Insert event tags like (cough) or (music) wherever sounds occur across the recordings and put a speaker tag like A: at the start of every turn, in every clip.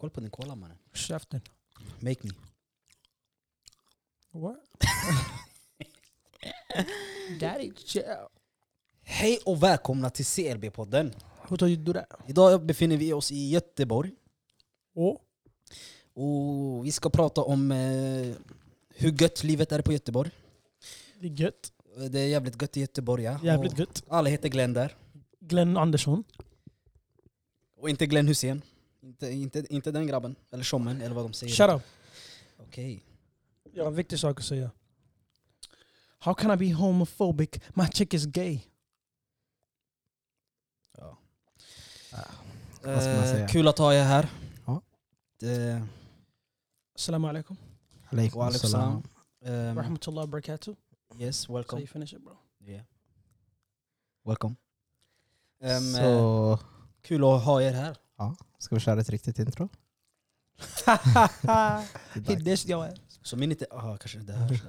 A: koll på din cola mannen.
B: Käften.
A: Make me.
B: What? (laughs) Daddy chill.
A: Hej och välkomna till CLB-podden.
B: Hur tar du det?
A: Idag befinner vi oss i Göteborg.
B: Åh?
A: Och vi ska prata om eh, hur gött livet är på Göteborg. Eh,
B: Det är gött.
A: Det är jävligt gött i Göteborg ja.
B: Jävligt
A: Och
B: gött.
A: Alla heter Glenn där.
B: Glenn Andersson.
A: Och inte Glenn Hussein. Inte, inte, inte den grabben. Eller tjommen eller vad de säger.
B: Shut up.
A: Okej.
B: Jag har en viktig sak att säga. How can I be homophobic? My chick is gay.
A: Ja.
C: Vad ska man säga?
A: Eh, kul att ha er här.
C: Ja.
A: Det,
B: Assalamu alaikum.
A: Wa alaikum salam. ehm,
B: Rahmatullah barakatuh.
A: yes,
B: So
A: welcome.
B: you finish it bro.
A: Yeah. Welcome. Ehm, eh,
C: Så
A: kul att ha er här.
C: ska vi köra ett
A: (laughs)
C: riktigt intro?
B: He dished your ass.
A: Så min inte... Aha, kanske det här.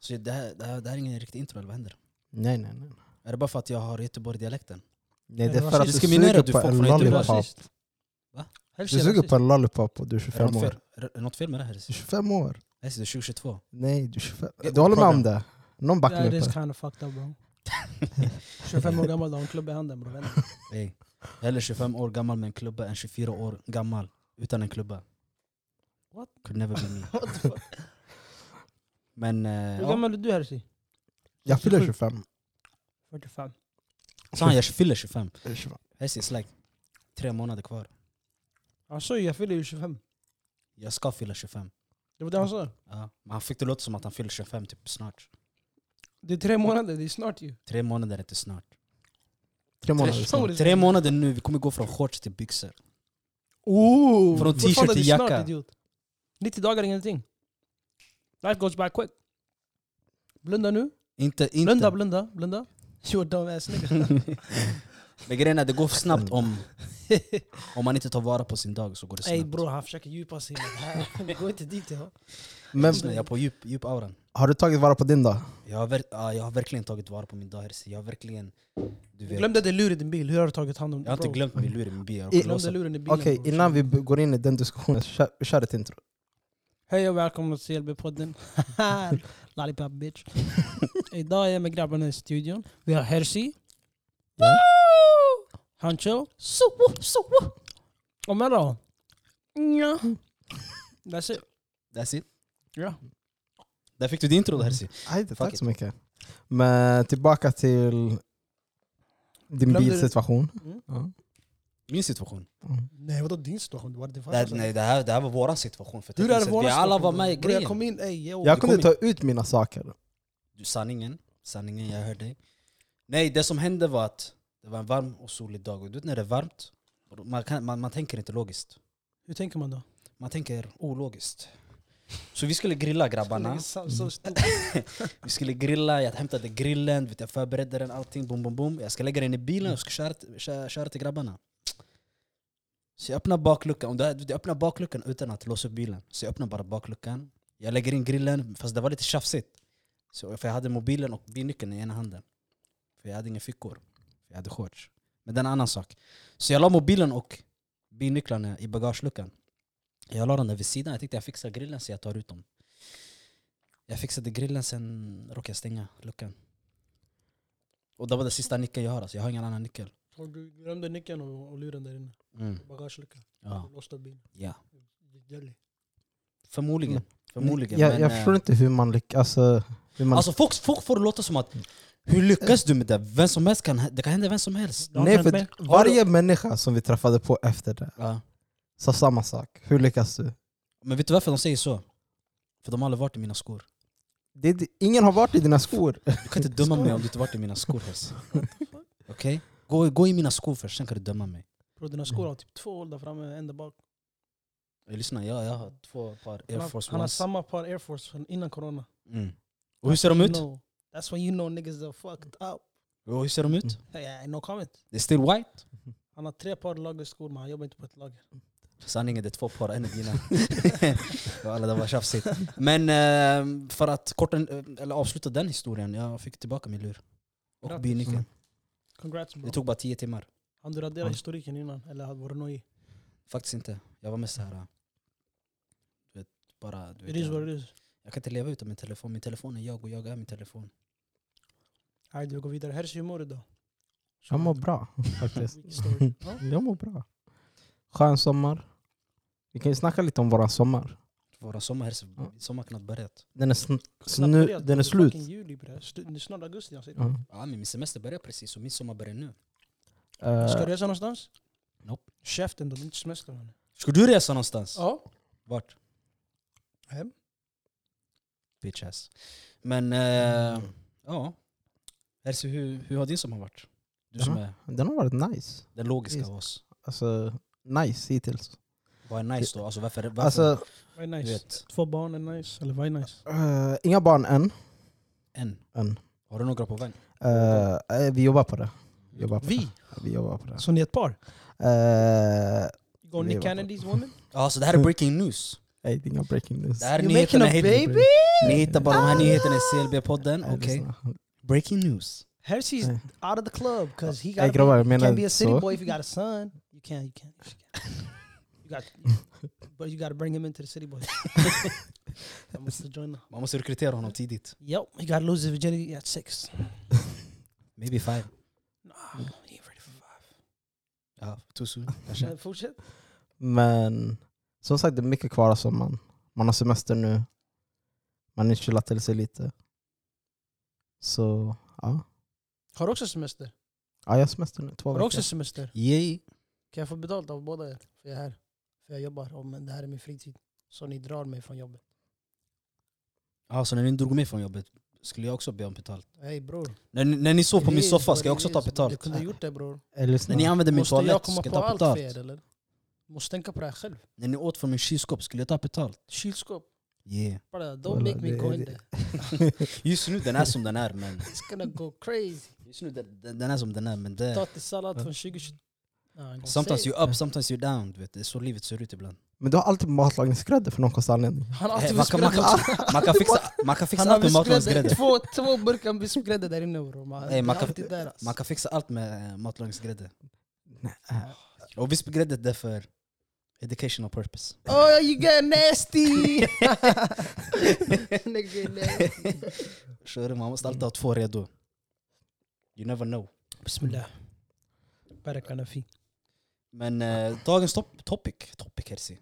A: Så det här, det, här, det här är ingen riktig intro, eller vad händer?
C: Nej, nej, nej.
A: Är det bara för att jag har Göteborg-dialekten?
C: Nej,
B: det
C: det
B: var
C: är för att du
A: rasistiskt. Diskriminerar
C: suger
A: du
C: på
A: folk
C: en
A: från Göteborg?
C: lollipop.
B: Rasist.
A: Va?
B: Helst
C: Du
B: är
C: suger
B: rasist.
C: på en lollipop och du
A: Är
C: är
A: det
C: 25
A: något
C: år.
A: fel, är det något fel med det här?
C: Du är 25 år?
A: Nej, det är 2022.
C: Nej, du är 25.
A: Ja,
C: Du håller med
A: problem.
C: om det? Någon backar
B: That
C: mig
B: is
C: upp.
B: kind of fucked up bro. 25 år gammal, du har en klubb i handen bro. Vänta.
A: Hey. Hellre 25 år gammal med en klubba än 24 år gammal utan en klubba.
B: What?
A: Could never be me.
B: (laughs) What the fuck?
A: Men... eh,
B: Hur
A: ja.
B: gammal är du Herzi?
C: Jag fyller 25.
B: 45.
A: Sa han jag fyller 25?
C: Jag är 25.
A: This is like tre månader kvar.
B: Han sa ju jag fyller ju 25.
A: Jag ska fylla 25.
B: Det var det han sa.
A: Ja. Men han fick det låta som att han fyller 25 typ snart.
B: Det är tre månader, det är snart ju.
A: Tre månader är inte snart.
C: Tre månader
B: Tre
C: sen.
B: år.
A: Tre månader nu, vi kommer gå från shorts till byxor.
B: Ooh.
A: Från t-shirt
B: Fortfarande
A: till
B: det är
A: jacka.
B: Snart, idiot. 90 dagar är ingenting. Life goes by quick. Blunda nu.
A: Inte, inte.
B: Blunda, blunda, blunda. You're dumb ass nigga.
A: Men grejen är det går snabbt
B: (laughs)
A: om, om man inte tar vara på sin dag så går det snabbt.
B: Ey bror, han försöker djupa sig. (laughs) Gå inte dit. Ja.
C: Men
A: Lyssna, jag är på djup, djup auran.
C: har du tagit vara på din då?
A: Jag har, ver- ja, jag har verkligen tagit vara på min dag. Herse. Jag har verkligen... Du
B: Du
A: vet,
B: glömde din lur i din bil, hur har du tagit hand om
A: jag har inte
B: Bro,
A: glömt min lur i min bil. Jag
C: I-
A: råkade
B: glömde
A: låsa-
B: luren i bilen.
C: Okej,
B: bror.
C: innan vi b- går in i den diskussionen, kör, kör ett intro.
B: Hej och välkomna till
A: (laughs)
B: CLB-podden. Lollipop bitch. Idag är jag med grabbarna i studion. Vi har Hersi.
C: Ja.
B: Woo! Hancho. So, so. Och Mello. Ja. That's it.
A: That's it.
B: Ja.
A: Där fick du din intro Hersi.
C: Aj, det-
A: it.
C: Tack så mycket. Men tillbaka till din
B: Glömde du-
C: bilsituation.
B: Mm.
C: Ja.
A: Min situation.
C: Mm.
B: Nej vadå din situation? Det var det
A: Det, nej, det, här, det här var vår situation. För
B: Hur
A: tekniskt
B: är det
A: sett,
B: vår
A: Vi alla var
B: situation,
A: med i
B: bror? Bror, Jag
A: grejen.
B: kom in, ey yo.
C: Jag kunde
A: kom
C: ta ut mina saker.
A: Du, sanningen, sanningen, jag hör dig. Nej, det som hände var att det var en varm och solig dag. Och du vet när det är varmt, man, kan, man, man tänker inte logiskt.
B: Hur tänker man då?
A: Man tänker ologiskt. Så vi skulle grilla grabbarna.
B: Så- så- så-
A: Vi skulle grilla, jag hämtade grillen, du vet, jag förberedde den, allting, boom, boom, boom. Jag ska lägga den i bilen och ska köra, till- köra, köra till grabbarna. Så jag öppnar bakluckan, och där- jag öppnar bakluckan utan att låsa upp bilen. Så jag öppnar bara bakluckan, jag lägger in grillen, fast det var lite tjafsigt. Så, för jag hade mobilen och bilnyckeln i ena handen. För jag hade inga fickor, för jag hade shorts. Men det är en annan sak. Så jag la mobilen och bilnycklarna i bagageluckan. Jag la dem där vid sidan, jag tänkte jag fixar grillen så jag tar ut dem. Jag fixade grillen, sen råkade jag stänga luckan. Och det var den sista nyckeln jag har, alltså. jag har ingen annan nyckel.
B: Och Du glömde nyckeln och och luren där inne. Bagageluckan.
A: Ja.
B: Låsta bilen.
A: Ja.
B: Jelly.
A: Förmodligen. Förmodligen.
C: jag,
A: men,
C: jag
A: eh,
C: förstår inte hur man lyckas. Alltså, hur man,
A: Alltså folk, folk får det låta som att hur lyckas du med det? Vem som helst kan, det kan hända vem som helst.
B: Det har
C: nej,
B: inte
C: för
B: hänt mig.
C: varje människa som vi träffade på efter det
A: Ja.
C: sa samma sak. Hur lyckas du?
A: Men vet du varför de säger så? För de har aldrig varit i mina skor.
C: Det, är- ingen har varit i dina skor.
A: Du kan inte döma mig om du inte varit i mina skor. Hess. Okej? Gå, gå i mina skor först, sen kan du döma mig.
B: Bror dina skor har typ två hål där framme, en där bak.
A: Eh, Lyssna, jag, jag har två par Air
B: han,
A: Force
B: han har
A: Ones.
B: samma par Air Force från innan corona.
A: Mm. Och hur ser de ut?
B: No. That's when you know niggas are fucked up.
A: Och hur ser de ut?
B: Yeah, no comment.
A: Det är still white.
B: Han har tre par lagerskor men han jobbar inte på ett lager.
A: Sanningen, det är två par, en är (laughs) dina. Och Alla, det var tjafsigt. Men eh, för att korta, eller avsluta den historien, jag fick tillbaka min lur. Och
B: Grattis.
A: bilnyckeln.
B: Congrats bro.
A: Det tog bara tio timmar.
B: Han du raderade
C: Ja.
B: historiken innan, eller hade varit nojig.
A: Faktiskt inte. Jag var mest såhär... Du vet, bara... Du
B: It is what
A: vet,
B: it is.
A: jag kan inte leva utan min telefon. Min telefon är jag och jag är min telefon.
B: Ajde, vi går vidare. Herse, hur mår du då?
C: Jag mår bra faktiskt.
A: (laughs)
B: Vilken story. Ja.
C: Jag mår bra. Skön sommar. Vi kan ju snacka lite om våran sommar.
A: Våra sommar,
C: Ja.
A: sommar har knappt börjat.
C: Den är, sn-
B: Knappt
C: snu-
B: börjat,
C: den är
B: det fucking
C: slut.
B: Juli, bre. Stu- det är snart augusti. Alltså.
C: Ja.
A: Ja, men min semester börjar precis och min sommar börjar nu.
B: Ska du
C: Eh,
B: resa någonstans?
A: Nope.
B: Käften då, det är inte semester mannen.
A: Ska du resa någonstans?
B: Ja.
A: Vart?
B: Hem.
A: Bitch ass. Men eh, ja. Ersi, hur, hur har din sommar varit? Du som är
C: den har varit nice.
A: den logiska
C: Visst.
A: av oss.
C: Alltså, nice hittills.
A: Vad är nice då? Alltså varför? varför
C: Alltså,
B: Vad är
A: du
B: nice?
A: vet,
B: Två barn är nice, eller vad är nice?
C: eh, inga barn än.
A: en.
C: än.
A: Har du några på väg?
C: Eh, eh, vi jobbar på det. Vi jobbar på
B: Vi?
C: det. Vi jobbar på det.
B: Så ni är ett par?
C: Eh,
B: Går
C: Vi
B: Nick
C: var på-
B: Kennedys woman?
A: Ja, så det här är breaking news.
C: nej, det är inga breaking news.
A: Det här är
B: Mm. You're
A: nyheterna.
B: making a
A: hit-
B: Ah!
A: Ni hittar bara de här nyheterna i CLB-podden.
C: Nej,
A: Okej.
C: Eh, lyssna.
A: Breaking news.
B: Herse's
C: Nej.
B: out of the club, cause he
C: Hey,
B: got
C: Eh, grabbar, jag
B: can
C: menar
B: be a
C: inte
B: city
C: så.
B: boy if you got a son. You can, you can.
A: (laughs)
B: You got, but you got to bring him into the city boy. I must join them.
A: Man måste rekrytera honom tidigt.
B: Yep, he got to lose his virginity at six.
A: Maybe five.
B: Nah, he ain't ready for five.
A: Ja, too soon kanske.
B: (laughs) Men fortsätt.
C: Men som sagt, det är mycket kvar av sommaren. Man har semester nu. Man har chillat till sig lite. Så ja,
B: Har du också semester?
C: ja jag har semester nu. Två
B: Har du också
C: veckor.
B: semester?
A: Yay.
B: Kan jag få betalt av båda er? För jag är här. För jag jobbar, och men det här är min fritid. Så ni drar mig från jobbet.
A: Ja, så när ni drog mig från jobbet skulle jag också be om betalt.
B: Hej bror.
A: När, ni- när ni sov på
B: Det
A: min
B: är
A: soffa
B: vad
A: ska
B: det
A: jag också
B: är,
A: ta
B: så Du
A: betalt.
B: kunde gjort det bror.
C: Eh, lyssna.
A: När ni använde min
B: Måste jag
A: toalett
B: komma
A: ska jag
B: på
A: ta
B: allt för
A: betalt.
B: er eller? Måste tänka på det här själv.
A: När ni åt från min kylskåp skulle jag ta betalt.
B: Kylskåp.
A: Yeah.
B: Bara, don't
C: Wallah,
B: make me
C: det-
B: go in
C: det-
B: there.
A: Just nu den är som den är men...
B: It's gonna go crazy.
A: Just nu den, den den är som den är men det...
B: Potatissallad
C: Ja.
B: från 2020. Nej, jag
A: Sometimes
B: säger-
A: you up, sometimes you down. Du vet, det är så livet ser ut
B: (laughs)
A: ibland.
C: Men du har alltid matlagningsgrädde för någon konstig anledning.
B: Han har
A: Eh,
B: alltid
A: Man kan, man
B: vispgrädde.
A: kan, man kan fixa, man kan
B: Han
A: fixa
B: har
A: allt med
B: vispgrädde.
A: matlagningsgrädde.
B: Två, två burkar vispgrädde där inne bror. Man,
A: Nej, man
B: det är
A: kan-
B: alltid där alltså.
A: Man kan fixa allt med eh, matlagningsgrädde.
C: Nej, eh,
A: Och vispgrädde det är för educational purpose.
B: Oh you got
A: (laughs)
B: nasty! Nigga, nasty.
A: Sure, man måste alltid ha två redo. You never know.
B: Bismillah. Barakallah fi.
A: Men eh, dagens top, topic, topic Herzi.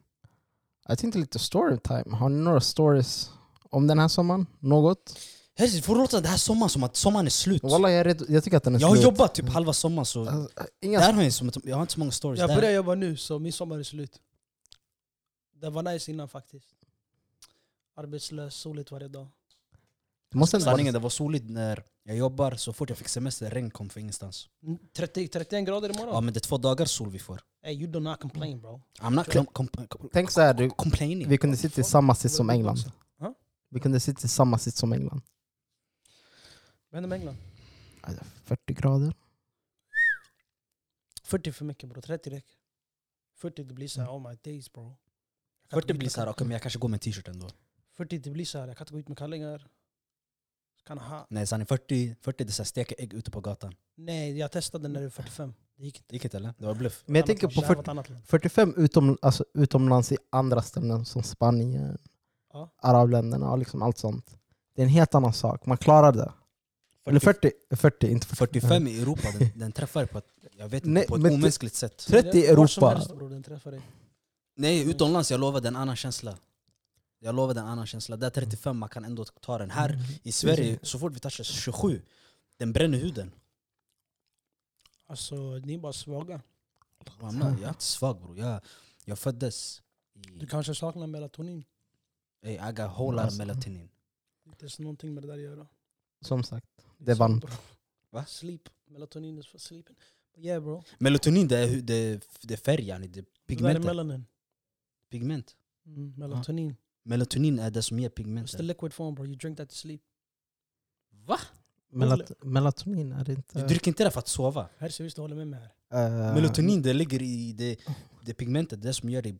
C: Jag tänkte lite storytime. Har ni några stories om den här sommaren? Något?
A: Herzi, får du låta det här sommaren som att sommaren är slut?
C: Walla, jag, är redo- jag tycker att den är
A: Jag har
C: slut.
A: jobbat typ halva sommaren så
C: Alltså, inga
A: där har jag, som, jag har inte så många stories.
B: Jag
A: där.
B: börjar jobba nu så min sommar är slut. Det var nice innan faktiskt. Arbetslös, soligt varje dag.
C: Det måste inte
A: Sanningen,
C: vara...
A: det var soligt när jag jobbar, så fort jag fick semester, regn kom från ingenstans.
B: 30, 31 grader imorgon?
A: Ja men det är två dagar sol vi får.
B: Hey, you do not complain bro.
A: I'm not com- com- com-
C: Tänk så här, du,
A: complaining.
C: vi kunde sitta i samma sits som England.
B: Ja?
C: Vi kunde sitta i samma sits som England.
B: Vad händer med England?
C: Alltså, 40 grader.
B: 40 för mycket bro, 30 räcker. 40 det blir såhär,
C: Mm.
B: oh my days bro. Jag kan
A: 40
B: inte gå ut
A: blir
B: med
A: såhär,
B: kall-
A: okej men jag typ kanske går med en t-shirt ändå.
B: 40 det blir såhär, jag kan inte gå ut med kallingar. Kan ha.
A: Nej sanning, 40, 40 det är såhär steka ägg ute på gatan.
B: Nej, jag testade när det var 45. Det gick inte.
A: Det gick inte eller? Det var bluff.
C: Men jag
B: Annat
C: tänker
B: land.
C: på
B: Det här var
C: 40,
B: ett annat land.
C: 45 utom, alltså, utomlands i andra ställen som Spanien,
B: Ja.
C: arabländerna och liksom allt sånt. Det är en helt annan sak. Man klarar det. Eller 40, 40 inte 40.
A: 45 i Europa, den, den träffar på ett, jag vet inte,
C: Nej,
A: på ett
C: men-
A: omänskligt sätt.
C: 30 i
B: Vart som
C: Europa.
B: helst bro, den träffar dig.
A: Nej utomlands, jag lovar det är en annan känsla. Jag lovar det är en annan känsla. Där 35 man kan ändå ta den. Här i
C: Mm.
A: Sverige, så fort vi touchar 27, den bränner huden.
B: Alltså, ni är bara svaga.
A: Jag menar, Jag är inte svag bror. Jag, jag föddes i...
B: Du kanske saknar melatonin.
A: Ey, I got whole lot of
C: Alltså.
A: melatonin.
B: Det är någonting med det där att göra.
C: Som sagt, det är varmt.
A: Va?
B: Sleep. Melatonin is for sleeping. Yeah bro.
A: Melatonin det är, hu- det är, det är färg yani, det är
B: Pigmenter. Det där är
A: pigmenter.
B: melanin.
A: Pigment.
B: Mm, melatonin.
A: Melatonin är det som ger
B: It's the
A: pigmenten.
B: liquid form bro, you drink that to sleep.
A: Va?
C: Melat melatonin är det inte...
A: Du dricker inte det för att sova.
B: Här ser visst du håller med mig här.
C: Eh,
A: Melatonin det ligger i det, det pigmentet, det som gör dig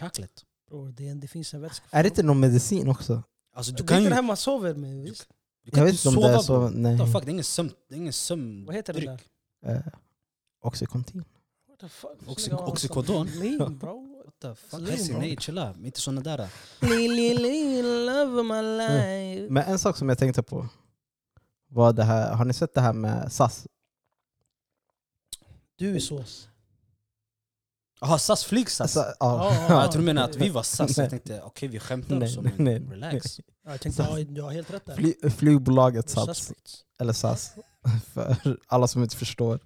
A: chocolate.
B: Bro, det, är- det finns en vätska.
C: Är det inte någon medicin också?
A: Alltså
B: Du
A: du
B: kan
A: kan
B: det
A: ju...
B: är den här man sover med visst?
A: Du kan
C: Jag vet
A: inte
C: inte om det är
A: sova
C: så...
A: bror.
C: Nej.
A: What the fuck, det är ingen sömn... Det är ingen sömn
B: Vad heter det
A: dryck.
B: där?
C: Eh, Oxycontin.
B: What the fuck?
A: Oxy- oxycodon? (laughs)
B: Lean bro.
A: What the fuck?
B: Slim,
A: Hessi,
B: bro.
A: nej chilla, inte såna där.
B: lean, lean, lean, love of my life.
C: Men en sak som jag tänkte på var det här, har ni sett det här med SAS?
B: Du är sås.
A: Jaha, SAS flyg SAS?
C: Alltså, ja.
B: Ja,
A: Ja,
B: ja,
A: jag trodde du menade att
B: det-
A: vi var SAS, jag
C: Nej.
A: tänkte okej vi skämtar
C: Nej,
A: också
C: nej,
A: men
C: nej.
A: relax.
B: Ja, Jag tänkte, ja, du har helt rätt där.
C: Fly, flygbolaget SAS,
B: Suspects.
C: eller SAS, (laughs) för alla som inte förstår,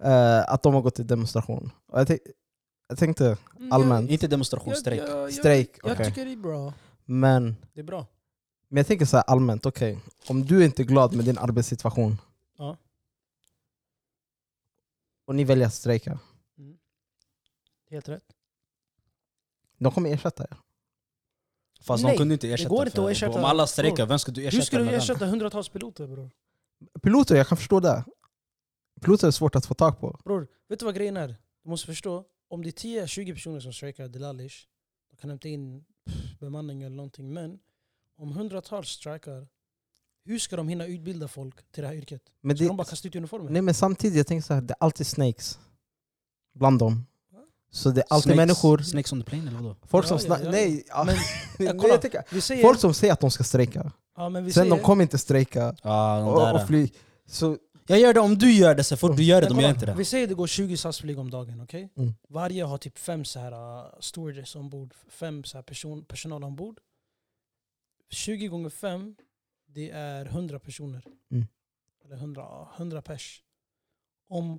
B: Mm.
C: eh, att de har gått i demonstration. Och jag, tänk, jag tänkte
B: Mm,
C: allmänt,
A: Inte demonstration,
B: jag-
A: strejk.
B: jag- jag-
C: strejk,
B: Jag
C: okej.
B: tycker det är bra.
C: men,
B: Det är bra.
C: men jag tänker så här allmänt, okej, om du inte är glad med din arbetssituation
B: Ja.
C: och ni väljer att strejka,
B: Helt rätt.
C: de kommer ersätta er.
A: Fast de
B: Nej,
A: kunde inte ersätta.
B: går inte
A: för-
B: att ersätta-
A: Om alla strejkar, vem ska du ersätta?
B: Hur ska du
A: mellan?
B: ersätta hundratals piloter bror?
C: Piloter, jag kan förstå det. Piloter är svårt att få tag på.
B: Bror, vet du vad grejen är? Du måste förstå, om det är 10-20 personer som strejkar Delalish, de kan hämta in pff, bemanning eller någonting. Men om hundratals strejkar, hur ska de hinna utbilda folk till det här yrket?
C: Men
B: Ska de
C: det,
B: bara kasta ut uniformen?
C: nej, men samtidigt, jag tänker så här, det är alltid snakes bland dem. Så det är alltid
A: Snakes-
C: människor,
A: Snakes on the plane eller vadå?
C: folk
B: Ja,
C: som
B: ja,
C: sna-
B: ja, ja.
C: Nej, ja.
B: Men-
C: (laughs) Nej,
B: Ja,
C: jag
B: kolla.
C: tänker-
B: Vi säger,
C: folk som säger att de ska strejka,
B: ja, men vi
C: sen
B: säger,
C: de kommer inte strejka
A: Ja, de
C: och,
A: där.
C: och fly. Så
A: Jag gör det om du gör det, så fort du gör det,
B: Men
A: de gör
B: kolla,
A: inte det.
B: Vi säger det går 20 SAS-flyg om dagen, okej?
C: Mm.
B: Varje har typ fem så här uh, stewardess ombord, fem så här person, personal ombord. 20 gånger fem, det är 100 personer.
C: Mm.
B: Eller 100, ja, 100 pers. Om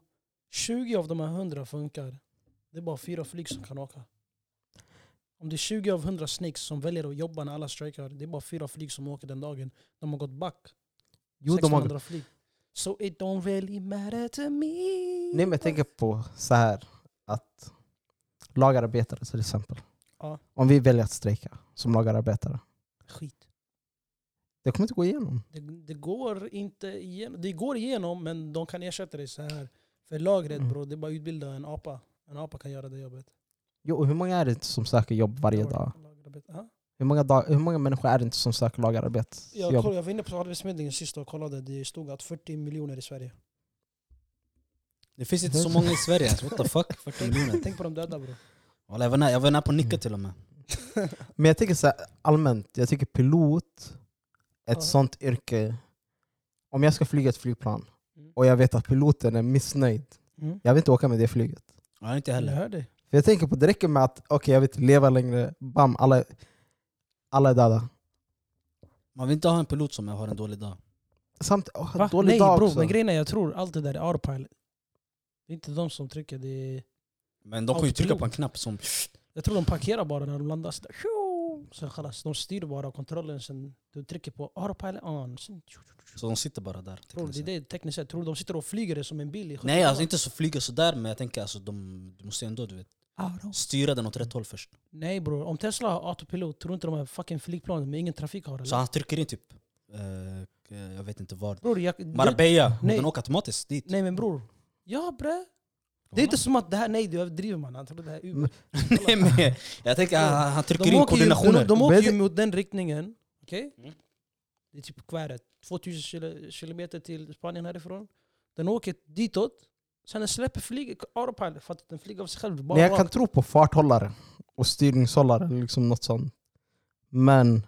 B: 20 av de här 100 funkar, det är bara fyra flyg som kan åka. Om det är 20 av 100 snakes som väljer att jobba när alla strejkar, det är bara fyra flyg som åker den dagen. De har gått back.
C: jo, de har,
B: 1600 flyg. So it don't really matter to me.
C: nej, men jag tänker på så här att lagarbetare till exempel.
B: Ja.
C: Om vi väljer att strejka som lagarbetare,
B: Skit.
C: det kommer inte gå igenom.
B: Det, det går inte igenom. Det går igenom men de kan ersätta det så här. För lagret
C: Mm.
B: bro, det är bara att utbilda en apa. En apa kan göra det jobbet.
C: Jo, och hur många är det inte som söker jobb varje dag?
B: Lagarbete. Ja.
C: Hur många, dag, hur många människor är det inte som söker
B: Jag,
C: lagarbetsjobb?
B: koll, jag var inne på Arbetsförmedlingen sist och kollade. Det stod att 40 miljoner i Sverige.
A: Det finns inte så många i Sverige ens, what the
C: (laughs)
A: fuck? 40
C: Mm.
A: miljoner.
B: Tänk på de döda bro.
A: Walla, Jag var nära- jag var nära på att nicka till och med.
C: Men jag tycker så här, allmänt, jag tycker pilot, ett
B: Ja.
C: sånt yrke. Om jag ska flyga ett flygplan
B: Mm.
C: och jag vet att piloten är missnöjd,
B: Mm.
C: jag vill inte åka med det flyget.
A: Ja, inte
B: Jag
A: heller.
B: hör dig.
C: För jag tänker på, det räcker med att okej, jag vill inte leva längre, bam, alla, alla är döda.
A: Man vill inte ha en pilot som jag har en dålig dag.
C: Samt, åh,
B: Va?
C: dålig
B: Nej
C: dag
B: bro,
C: också.
B: men grejen är jag tror allt det där är autopilot. Det är inte de som trycker. Det är,
A: Men de kan ju trycka på en knapp som...
B: jag tror de parkerar bara när de landar. Så där. Tjo! Sen kallas, de styr bara kontrollen. Sen du trycker på autopilot on. Sen, tjo, tjo, tjo.
A: Så de sitter bara där.
B: Tror du, det är det tekniskt sett. Tror du de sitter och flyger det som en bil i
A: Nej, alltså inte så flyga sådär, men jag tänker alltså de, du måste ändå du vet,
B: Auto.
A: styra den åt
B: Mm.
A: rätt håll först.
B: Nej bror, om Tesla har autopilot, tror du inte de här fucking flygplanen med ingen trafik har
A: Så
B: eller?
A: han trycker in typ, eh, eh, jag vet inte var.
B: Bror, jag, det,
A: Marbella, och
B: Nej.
A: den åker automatiskt dit.
B: nej men bror. Ja bre. Det är inte som att det här, nej du överdriver man. Han trodde det här är
A: Mm,
B: Uber.
A: Nej, men jag tänker han, han trycker
B: De
A: in
B: åker, ju, de,
A: koordinationer.
B: de åker ju
C: Men-
B: mot den riktningen, okej?
A: Mm.
B: Det är typ kväret, 2000 kilo- kilometer till Spanien härifrån. Den åker ditåt, sen den släpper flyget, autopilot, för att den flyger av sig själv. Bara
C: Men jag
B: rakt.
C: kan tro på farthållare och styrningshållare, liksom något sånt. Men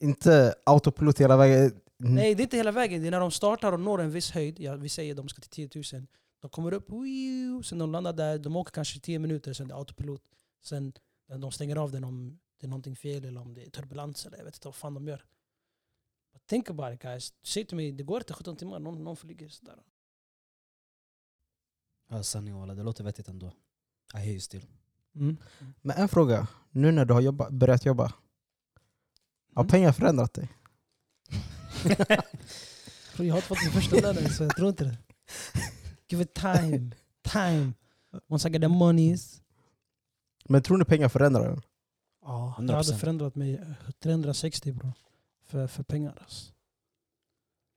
C: inte autopilot hela vägen.
B: Nej, det är inte hela vägen. Det är när de startar och når en viss höjd. Ja, vi säger de ska till 10 000. De kommer upp, wiu, sen de landar där. De åker kanske 10 minuter, sen det är autopilot. Sen när de stänger av den om det är någonting fel eller om det är turbulens eller jag vet inte vad fan de gör. But think about it guys. Säg till mig, det går inte 17 timmar, någon, någon flyger sådär.
A: Ja, sanning walla, det låter vettigt ändå. I hear you still.
C: Men en fråga, nu när du har jobba, börjat jobba, har
B: Mm.
C: pengar förändrat dig?
B: Bror, Jag har inte fått min första lön än, så jag tror inte det. Give it time. Time. Once I get the monies.
C: Men tror ni pengar förändrar en?
B: Ja, jag
A: 100%.
B: hade förändrat mig eh, 360 bro. För, för pengar alltså.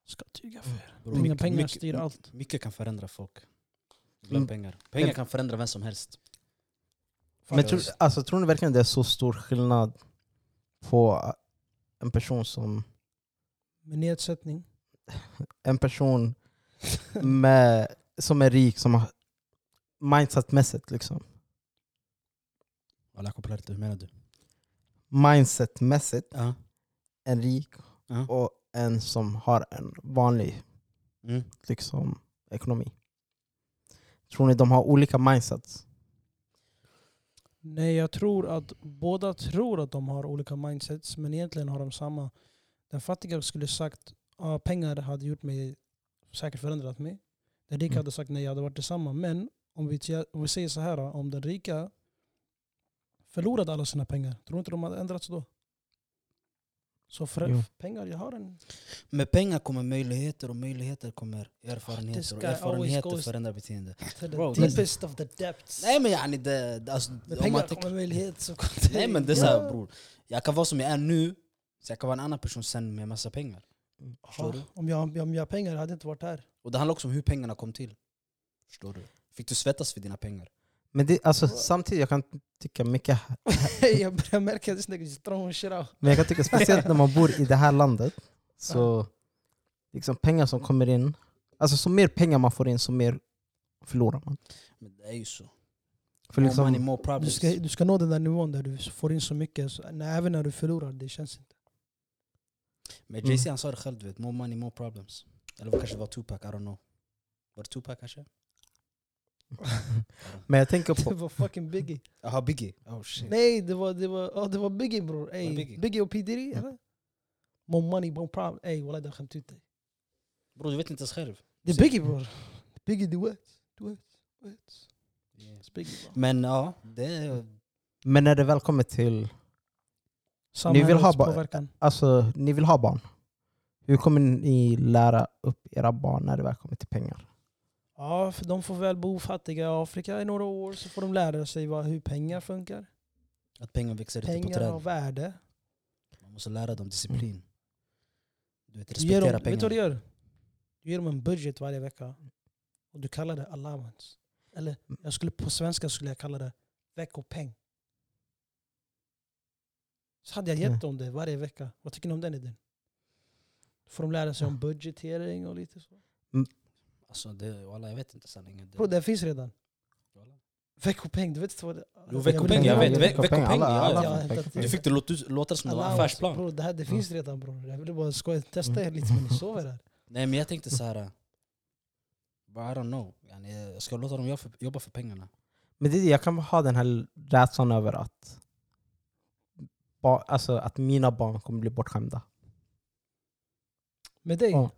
B: Ska tyga för er.
A: Bro,
B: Mina
A: mycket-
B: pengar
A: mycket-
B: styr allt.
A: Mycket kan förändra folk. Glöm
C: Mm.
A: pengar. Pengar kan förändra vem som helst.
C: Men tror, alltså, tror ni verkligen det är så stor skillnad på en person som
B: Med nedsättning.
C: en person med, som är rik, som har mindsetmässigt liksom.
A: Alla kopplar inte, hur menar du?
C: Mindsetmässigt,
A: Ja.
C: en rik
A: Ja.
C: och en som har en vanlig
A: Mm.
C: liksom, ekonomi. Tror ni de har olika mindsets?
B: Nej, jag tror att båda tror att de har olika mindsets, men egentligen har de samma. Den fattiga skulle sagt ah, pengar hade gjort mig, säkert förändrat mig. Den rika
C: Mm.
B: hade sagt nej, jag hade varit detsamma. Men om vi, tja- om vi säger så här, då, om den rika förlorade alla sina pengar, tror du inte de hade ändrats då? Så för
C: Jo.
B: pengar, jag har en...
A: Med pengar kommer möjligheter och möjligheter kommer erfarenheter. Och
B: guy always
A: erfarenheter
B: goes-
A: förändrar beteende.
B: To the
A: Bro,
C: that's-
B: deepest of the depths.
A: Nej men yani, det, det- alltså,
B: Med
A: om man
B: pengar
A: tänker-
B: kommer möjlighet. Så
A: Nej men det är såhär
B: Ja.
A: bror, jag kan vara som jag är nu, så jag kan vara en annan person sen med massa pengar. Förstår du?
B: Ja, om, jag, om jag har pengar hade jag inte varit här. (laughs)
A: Och det handlar också om hur pengarna kom till. Förstår du? Fick du svettas för dina pengar?
C: Men det, alltså, samtidigt, jag kan tycka mycket
B: jag börjar märka att this nigga just throwing shit out.
C: Men jag kan tycka speciellt när man bor i det här landet, så liksom pengar som kommer in, alltså så mer pengar man får in så mer förlorar man.
A: Men det är ju så.
C: För
A: more money,
C: liksom,
A: more
B: Du
A: problems.
B: ska, du ska nå den där nivån där du får in så mycket, så, nej, även när du förlorar, det känns
A: (laughs)
B: inte.
A: Men
B: Mm.
A: JC han sa det själv du vet, more money, more problems. Eller det kanske var Tupac, I don't know. Var det Tupac kanske?
C: men jag tänker på,
B: Det var fucking Biggie.
A: Jaha Biggie? Oh (laughs) shit.
B: Nej, det var, det var, ja, det var Biggie bror.
A: Var
B: Ey,
A: det Biggie? Mm.
B: Biggie? och P Diddy, eller? More money, more problem. Ey, wallah, det skämt ut dig.
A: Bror du vet inte ens själv.
B: Det är
A: Säkert.
B: Biggie bror. Biggie, du vet. Du vet. Du vet. It's Biggie bror.
A: Men ja, det är...
C: men när det väl kommer till, Ni vill ha bara-
B: Samhällspåverkan.
C: alltså ni vill ha barn. Hur kommer ni lära upp era barn när det väl kommer till pengar?
B: Ja, för de får väl bo fattiga i Afrika i några år så får de lära sig vad, hur pengar funkar.
A: Att pengar växer inte på
B: Pengar har
A: träd.
B: värde.
A: Man måste lära dem disciplin. Du vet,
B: Du ger
A: respektera
B: dem, vet du vad du
A: pengar.
B: gör? Du ger dem en budget varje vecka och du kallar det allowance. Eller
C: Mm.
B: jag skulle, på svenska skulle jag kalla det veckopeng. Så hade jag
C: Mm.
B: gett dem det varje vecka. Vad tycker ni om den idén? Då får de lära sig om budgetering och lite så.
A: Alltså det, walla, jag vet inte sanningen.
B: Bro,
A: Det,
B: det finns redan. Veckopeng, du vet inte vad det Alltså,
A: Jo, veckopeng,
C: jag vet.
A: Ve- veckopeng,
C: alla-
A: ja,
C: alla
B: ja.
C: får veckopeng.
A: du fick det låta, låta som en affärsplan.
B: Bro, det här det finns redan bror. Jag ville bara skoja,
C: Mm.
B: testa er lite men ni sover här.
A: Nej men jag tänkte så här. But I don't know. Yani, Jag ska låta dem jobba för, jobba för pengarna.
C: Men det, är det, jag kan ha den här rädslan över att, ba, alltså, att mina barn kommer bli bortskämda.
B: Med dig,
C: Ja.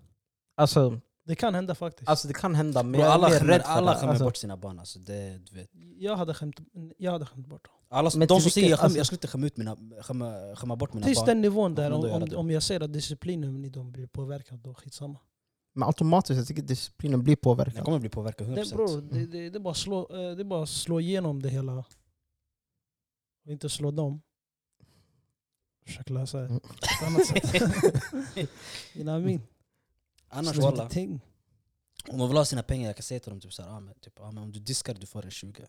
C: Alltså,
B: det kan hända faktiskt.
C: alltså det kan hända, men
A: Bro,
C: jag är
A: alla
C: mer
A: skämmer,
C: rädd för
A: alla
C: det.
A: skämmer
C: Alltså,
A: bort sina barn. Alltså, det, du vet.
B: Jag hade skämt, jag hade skämt bort dem.
A: Alla, som-
C: Men
A: de
C: till
A: som säger jag,
C: vilken-
A: skäm,
C: alltså-
A: jag skulle inte skämma, ut mina, skämma, skämma bort mina
B: Tills
A: barn.
B: den
A: Vad
B: nivån där,
A: kan
B: om,
A: du göra
B: om,
A: då?
B: om jag ser att disciplinen i dem blir påverkad, då skitsamma.
C: Men automatiskt, jag tycker disciplinen blir
A: Jag
C: påverkad.
A: kommer bli påverkad
B: Det,
A: 100%.
B: bror, det, det, det, är bara att slå, eh, det är bara att slå igenom det hela. Och inte slå dem. Försök lösa det.
C: Mm.
B: På annat sätt. You know what I mean?
A: (laughs) Annars
B: Slå
A: walla,
B: inte ting.
A: om de vill ha sina pengar, jag kan säga till dem typ såhär, ah, men, typ, ah, men om du diskar du får en 20.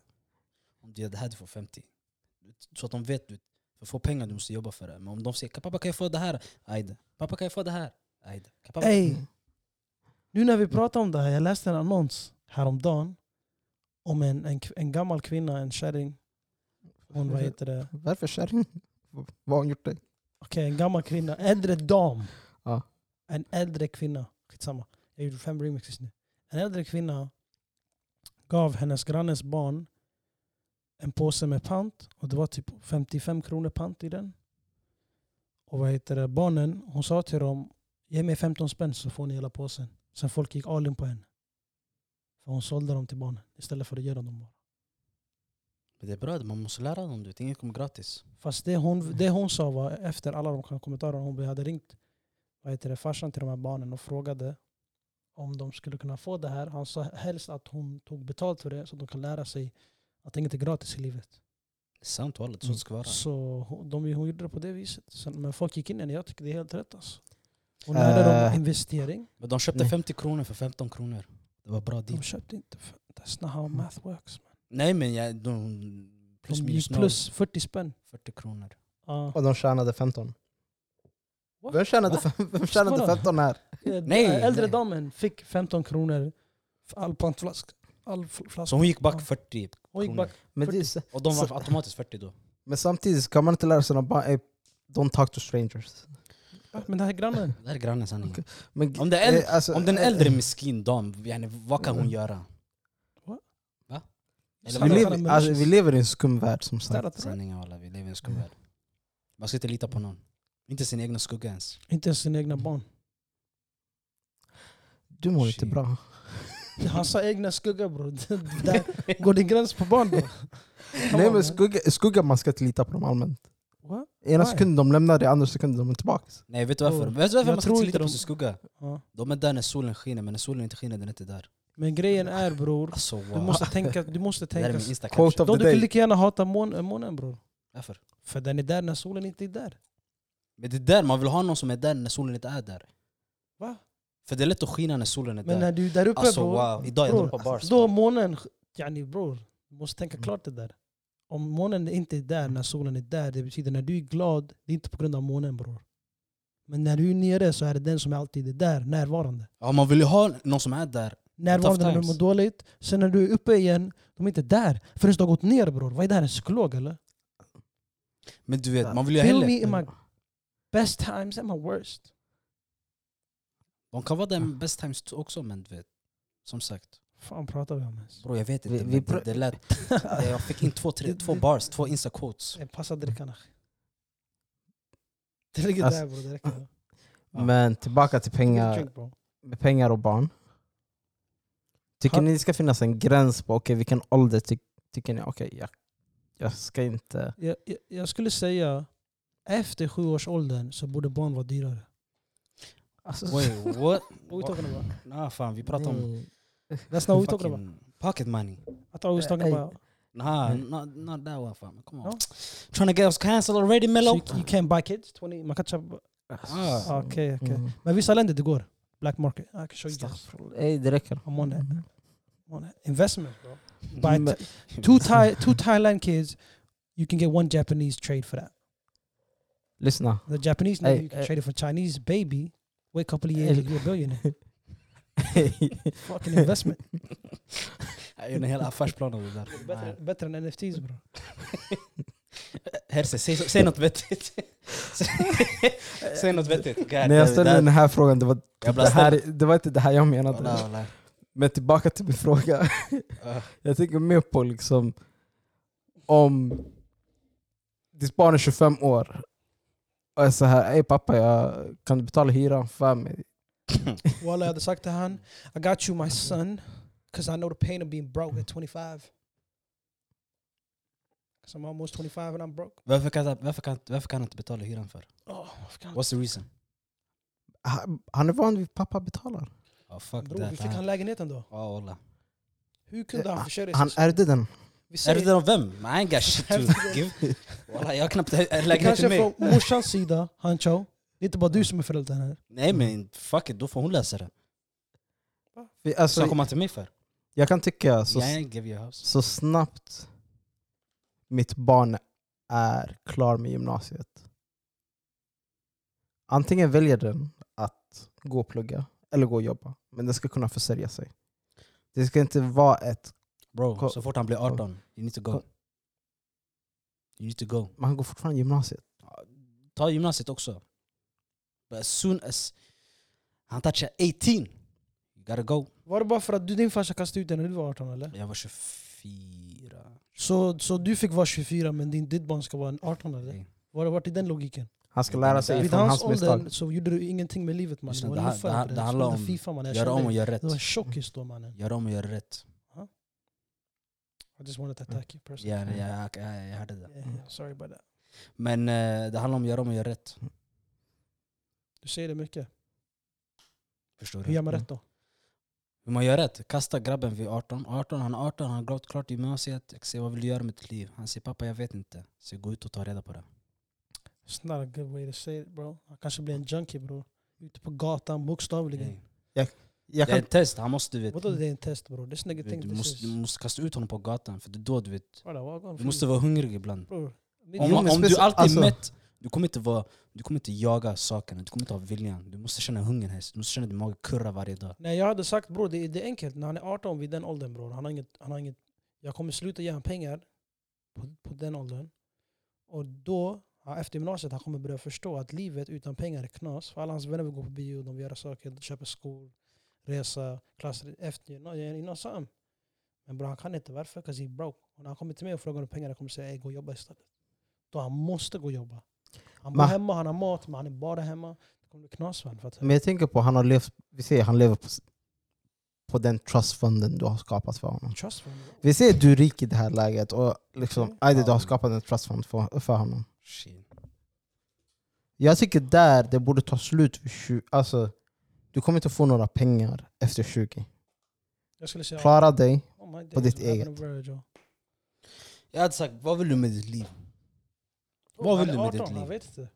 A: Om du gör det här du får 50. Så att de vet, du, för att få pengar du måste jobba för det. Men om de säger, "Kan- pappa kan jag få det här? Ajde. Pappa kan jag få det här? Ajde. Kan pappa-"
C: Mm.
B: Ey, nu när vi pratar om det här, jag läste en annons häromdagen om en, en, en gammal kvinna, en kärring.
A: (laughs)
B: Hon, vad heter det?
C: Varför kärring? Vad har hon gjort dig?
B: Okej, en gammal kvinna. Äldre dam.
C: Ja.
B: En äldre kvinna. Skitsamma. Jag gjorde fem remixes nu. En äldre kvinna gav hennes grannes barn en påse med pant. Och det var typ 55 kronor pant i den. Och vad heter det? Barnen, hon sa till dem ge mig 15 spänn så får ni hela påsen. Sen folk gick all in på henne. För hon sålde dem till barnen istället för att ge dem dem bara.
A: Men det är bra, man måste lära dem. du vet. Inget kommer gratis.
B: Fast det hon, det hon sa var efter alla de kommentarerna, hon hade ringt vad heter det, farsan till de här barnen och frågade om de skulle kunna få det här. Han sa helst att hon tog betalt för det så att de kan lära sig att inget är gratis i livet.
A: Det är sant walla, det
B: Mm.
A: är så det ska vara.
B: Så hon, de, hon gjorde det på det viset. Sen, men folk gick in i henne, jag tycker det är helt rätt alltså. Hon lärde
C: Eh.
B: dem investering.
A: Men de köpte
C: Nej.
A: 50 kronor för 15 kronor. Det var bra deal.
B: Mm. De köpte inte, för, that's not how math works. Man.
A: Nej men jag, de, Mm. plus
B: De
A: minus
B: gick
A: noll.
B: plus 40 spänn.
A: 40 kronor.
B: Ja.
C: Och de tjänade 15.
B: What?
C: Vem tjänade, fem, vem tjänade
B: Snälla.
C: 15 här?
B: Eh,
A: Nej,
B: äldre
A: nej.
B: damen fick 15 kronor för all pantflaska. all fl- flaska.
A: Så hon gick
B: Ja.
A: back 40
B: Hon gick
A: kronor.
B: back.
C: Men, det är, så-
A: Och de var
C: Så-
A: automatiskt 40 då.
C: men samtidigt så kan man inte lära sina barn "Ey, don't talk to strangers.
B: Ah, Men den här grannen.
A: Det där är grannens sanning.
C: Men,
A: Om, det är äldre,
C: eh, alltså,
A: om den
C: eh,
A: äldre miskin dam, yani, vad kan hon göra?
B: What?
A: Va?
B: Så
A: Eller
C: vi,
A: vadå?
B: han-
C: lever, alltså, vi lever i en skum värld som sagt.
B: Städat rätt.
A: Sanningen walla, vi lever i en skuggvärld. Man ska inte lita på någon. Inte sin egna skugga ens.
B: Inte ens sina egna barn.
C: Du mår inte
A: Shit.
C: bra.
B: Han sa egna skugga bror. Där går din gräns på
A: (laughs)
B: barn bror.
C: (laughs) Nej,
B: on, man.
C: men skugga, skugga man ska inte lita på dem allmänt.
B: What?
C: Ena
B: Why?
C: sekunden de lämnar dig, andra sekunden de är tillbaka.
A: Nej vet du varför?
B: Jo.
A: Vet du varför
B: Jag
A: man ska
B: tror
A: inte
B: inte
A: lita på
B: de-
A: sin skugga?
B: Ja.
A: De är där när solen skiner, men när solen inte skiner den är inte där.
B: Men grejen är bror,
A: Alltså wow.
B: du måste tänka. Du måste
A: det där är
B: tänka
A: min insta
C: Quote
A: caption.
C: of
B: Då
C: the
B: du kan
C: day.
B: lika gärna hata mån, eh, månen bror.
A: Varför?
B: För den är där när solen inte är där.
A: Men det är där, man vill ha någon som är där när solen inte är där.
B: Va?
A: För det är lätt att skina när solen är där.
B: Men när du är där uppe
A: Alltså
B: bror,
A: wow, idag är jag
B: bror,
A: dålig på bars.
B: då
A: man.
B: månen, yani bror, du måste
A: Mm.
B: tänka klart det där. Om månen inte är där när solen är där, det betyder när du är glad, det är inte på grund av månen bror. Men när du är nere så är det den som alltid är där, närvarande.
A: Ja, man vill ju ha någon som är där.
B: Närvarande när du
A: times.
B: mår dåligt, sen när du är uppe igen, de är inte där förrän du har gått ner bror. Vad är det här, en psykolog eller?
A: Men du vet,
C: Ja.
A: man vill ju
B: Feel me
A: hellre...
B: in my best times and my worst.
A: De kan vara där med best times t- också, men du vet. Som sagt.
B: fan pratar vi om ens?
A: Bro, jag vet inte.
C: Vi- vi
A: men det,
C: pr-
A: det lät... (laughs) Eh, Jag fick in två, tre,
B: Det-
A: två
B: det-
A: bars, två insta-quotes.
B: Eh, Passa (laughs) drickarna. Det ligger
C: Alltså-
B: där bror, det räcker.
A: Ja.
C: Men tillbaka till pengar.
B: Drink, bro.
C: med pengar och barn. Tycker
B: Har-
C: ni det ska finnas en gräns på okay, vilken ålder ty tycker ni okej, jag, jag ska inte...
B: Jag, jag, jag skulle säga efter sju års åldern så borde barn vara dyrare.
C: Alltså,
A: (laughs) Wait, what?
B: What we talking about?
A: Nah, fan, (laughs) vi pratar om...
B: That's not what we talking about.
A: fucking Pocket money.
B: I thought we was talking
C: Eh, eh,
B: about
A: Nah,
C: Mm.
A: not, not that one fam. Come on.
B: No?
A: Trying to get us cancelled already
B: so
A: Mello?
B: you, you can buy kids, 20, man kan köpa...
A: Ah.
B: Ah, Okej, okej.
C: Mm.
B: Men vissa länder det går. Black market. I can show you guys.
C: Staffel. Ey, det räcker.
B: I'm on that. I'm on that. Investment bro. (laughs) Buy
C: Men-
B: t- two, Thai, two Thailand kids, you can get one Japanese trade for that.
C: Lyssna.
B: The Japanese
C: Hey,
B: nigga, you can
C: hey.
B: trade it for Chinese baby. Wait a couple of years,
C: Hey.
B: you're a
C: (laughs)
B: billionaire. eh, (laughs) Fucking (laughs) investment.
A: Jag gör en hel affärsplan av det där.
B: bättre, bättre än NFTs (laughs) bro.
A: Herse, säg, säg något vettigt. (laughs) säg något vettigt. God,
C: När jag ställde den här frågan, det var, typ
A: Jag
C: det,
A: bara
C: här, det var inte det här jag menade.
A: här...
C: Men tillbaka till min fråga. Jag tänker mer på liksom om ditt barn är 25 år och är så här, ey pappa jag, kan du betala hyran för mig?
B: Well, jag hade sagt till han, I got you my son, because I know the pain of being broke at 25. Because I'm almost 25 and I'm broke.
A: Varför kan, varför, kan, varför kan han inte betala hyran för?
B: Oh, varför kan-
A: What's the reason?
C: Han- Han är van vid att pappa betalar.
A: Oh, fuck
B: Bror, hur
A: that.
B: fick han
A: Han,
B: lägenheten då?
A: oh, walla.
B: Hur kunde han försörja
C: Han
B: sig? själv?
C: ärvde den.
B: Vi
A: Är
B: säger-
A: det den av vem? I ain't got shit to give. Walla, jag har knappt en lägenhet
B: Kanske
A: till mig.
B: från morsans sida, Hancho. Det
A: (laughs)
B: är inte bara du som är förälder här.
A: Nej men fuck it, då får hon läsa det.
C: Vi-
A: Så han
C: Alltså,
A: kommer han till mig för?
C: jag kan tycka
B: Alltså,
C: så,
A: Jag ain't give you a house.
C: så snabbt mitt barn är klar med gymnasiet. Antingen väljer den att gå och plugga eller gå och jobba. Men den ska kunna försörja sig. Det ska inte vara ett...
A: Bro,
C: Ko-
A: så fort han blir 18, you need to go.
C: Ko-
A: You need to go.
C: Man går fortfarande gymnasiet.
A: Ta gymnasiet också. But as soon as han touchar 18, you gotta go.
B: Var det bara för att du, din farsa kastade ut dig när du var 18 eller?
A: Jag var 24.
B: Så, så du fick vara 24 men din, ditt barn ska vara en 18 eller?
A: Nej.
B: Var, vart är den logiken?
C: Han ska lära sig
B: Vid
C: från hans
B: hans ålder
C: misstag.
B: så gjorde du ingenting med livet man.
A: Lyssna,
B: Det var
A: det här-
B: luffare
A: det här-
B: på
A: det
B: Jag
A: handlar
B: spelade
A: om-
B: FIFA man. Jag
A: Gör om och
B: kände
A: gör
B: det var
A: rätt.
B: tjockis då mannen.
A: Gör om och gör rätt.
B: I just wanted to attack you personally.
A: Mm. Ja, jag, jag, jag, jag hörde det.
B: Yeah, yeah, sorry about that.
A: Men eh, det handlar om att göra om och göra rätt.
B: Du säger det mycket.
A: Förstår du?
B: Hur gör man
C: Mm.
B: rätt då?
A: Hur man gör rätt? Kasta grabben vid 18. 18 han är 18, han har gått klart gymnasiet. Jag säger vad vill du göra med ditt liv? Han säger pappa jag vet inte. Så gå ut och ta reda på det.
B: It's not a good way to say it bro. Han kanske blir en junkie bro. Ute på gatan bokstavligen.
A: Nej.
C: Jag
A: Det är
C: kan,
A: ett test, han måste du vet.
B: Vadå det är en test bro? This nigga
A: Du
B: think this
A: måste, du
B: is...
A: måste kasta ut honom på gatan för det är då du vet.
B: Bror, vad går han
A: Du
B: för?
A: måste vara hungrig ibland.
B: Bror, mitt
A: Om,
C: Jo,
B: liv-
C: men
A: om du
C: speci-
A: alltid är
C: alltså-
A: mätt, Du kommer inte, vara, du kommer inte jaga sakerna, du kommer inte ha viljan. Du måste känna hungern häst. Du måste känna din mage kurra varje dag.
B: Nej, jag hade sagt bror, det, är- det är enkelt. När han är 18 vid den åldern bror, han har inget, han har inget, jag kommer sluta ge honom pengar på, på den åldern. Och då, ja, efter gymnasiet, han kommer börja förstå att livet utan pengar är knas. För alla hans vänner vill gå på bio, de vill göra saker, de köper skor, resa, klasser efter gymna- gymnasiet. Men bror han kan inte, varför? 'Cause he broke. Och när han kommer till mig och frågar om pengar, jag kommer säga "Ey, gå och jobba istället. Då han måste gå och jobba. Han bor
C: Ma-
B: hemma, han har mat, men han är bara hemma. Det kommer bli knas för honom. fattar du?
C: Men jag tänker på, han har levt, vi säger han lever på, s- på den trustfunden du har skapat för honom.
B: Trust fund. bro.
C: Vi säger du är rik i det här läget och liksom,
B: Okej.
C: Aide, du har
A: Ja.
C: skapat en trustfund för, för honom.
A: Shit.
C: Jag tycker där det borde ta slut vid 20. Alltså, du kommer inte få några pengar efter 20.
B: Jag skulle säga
C: Klara dig.
B: Oh my
C: På
B: days,
C: ditt
B: what happened
C: eget.
B: to Virgil?
A: Jag hade sagt, vad vill du med ditt liv? Vad
B: Oh,
A: vill
B: han
A: du
B: är
A: med ditt
B: 18,
A: liv?
B: Jag vet inte.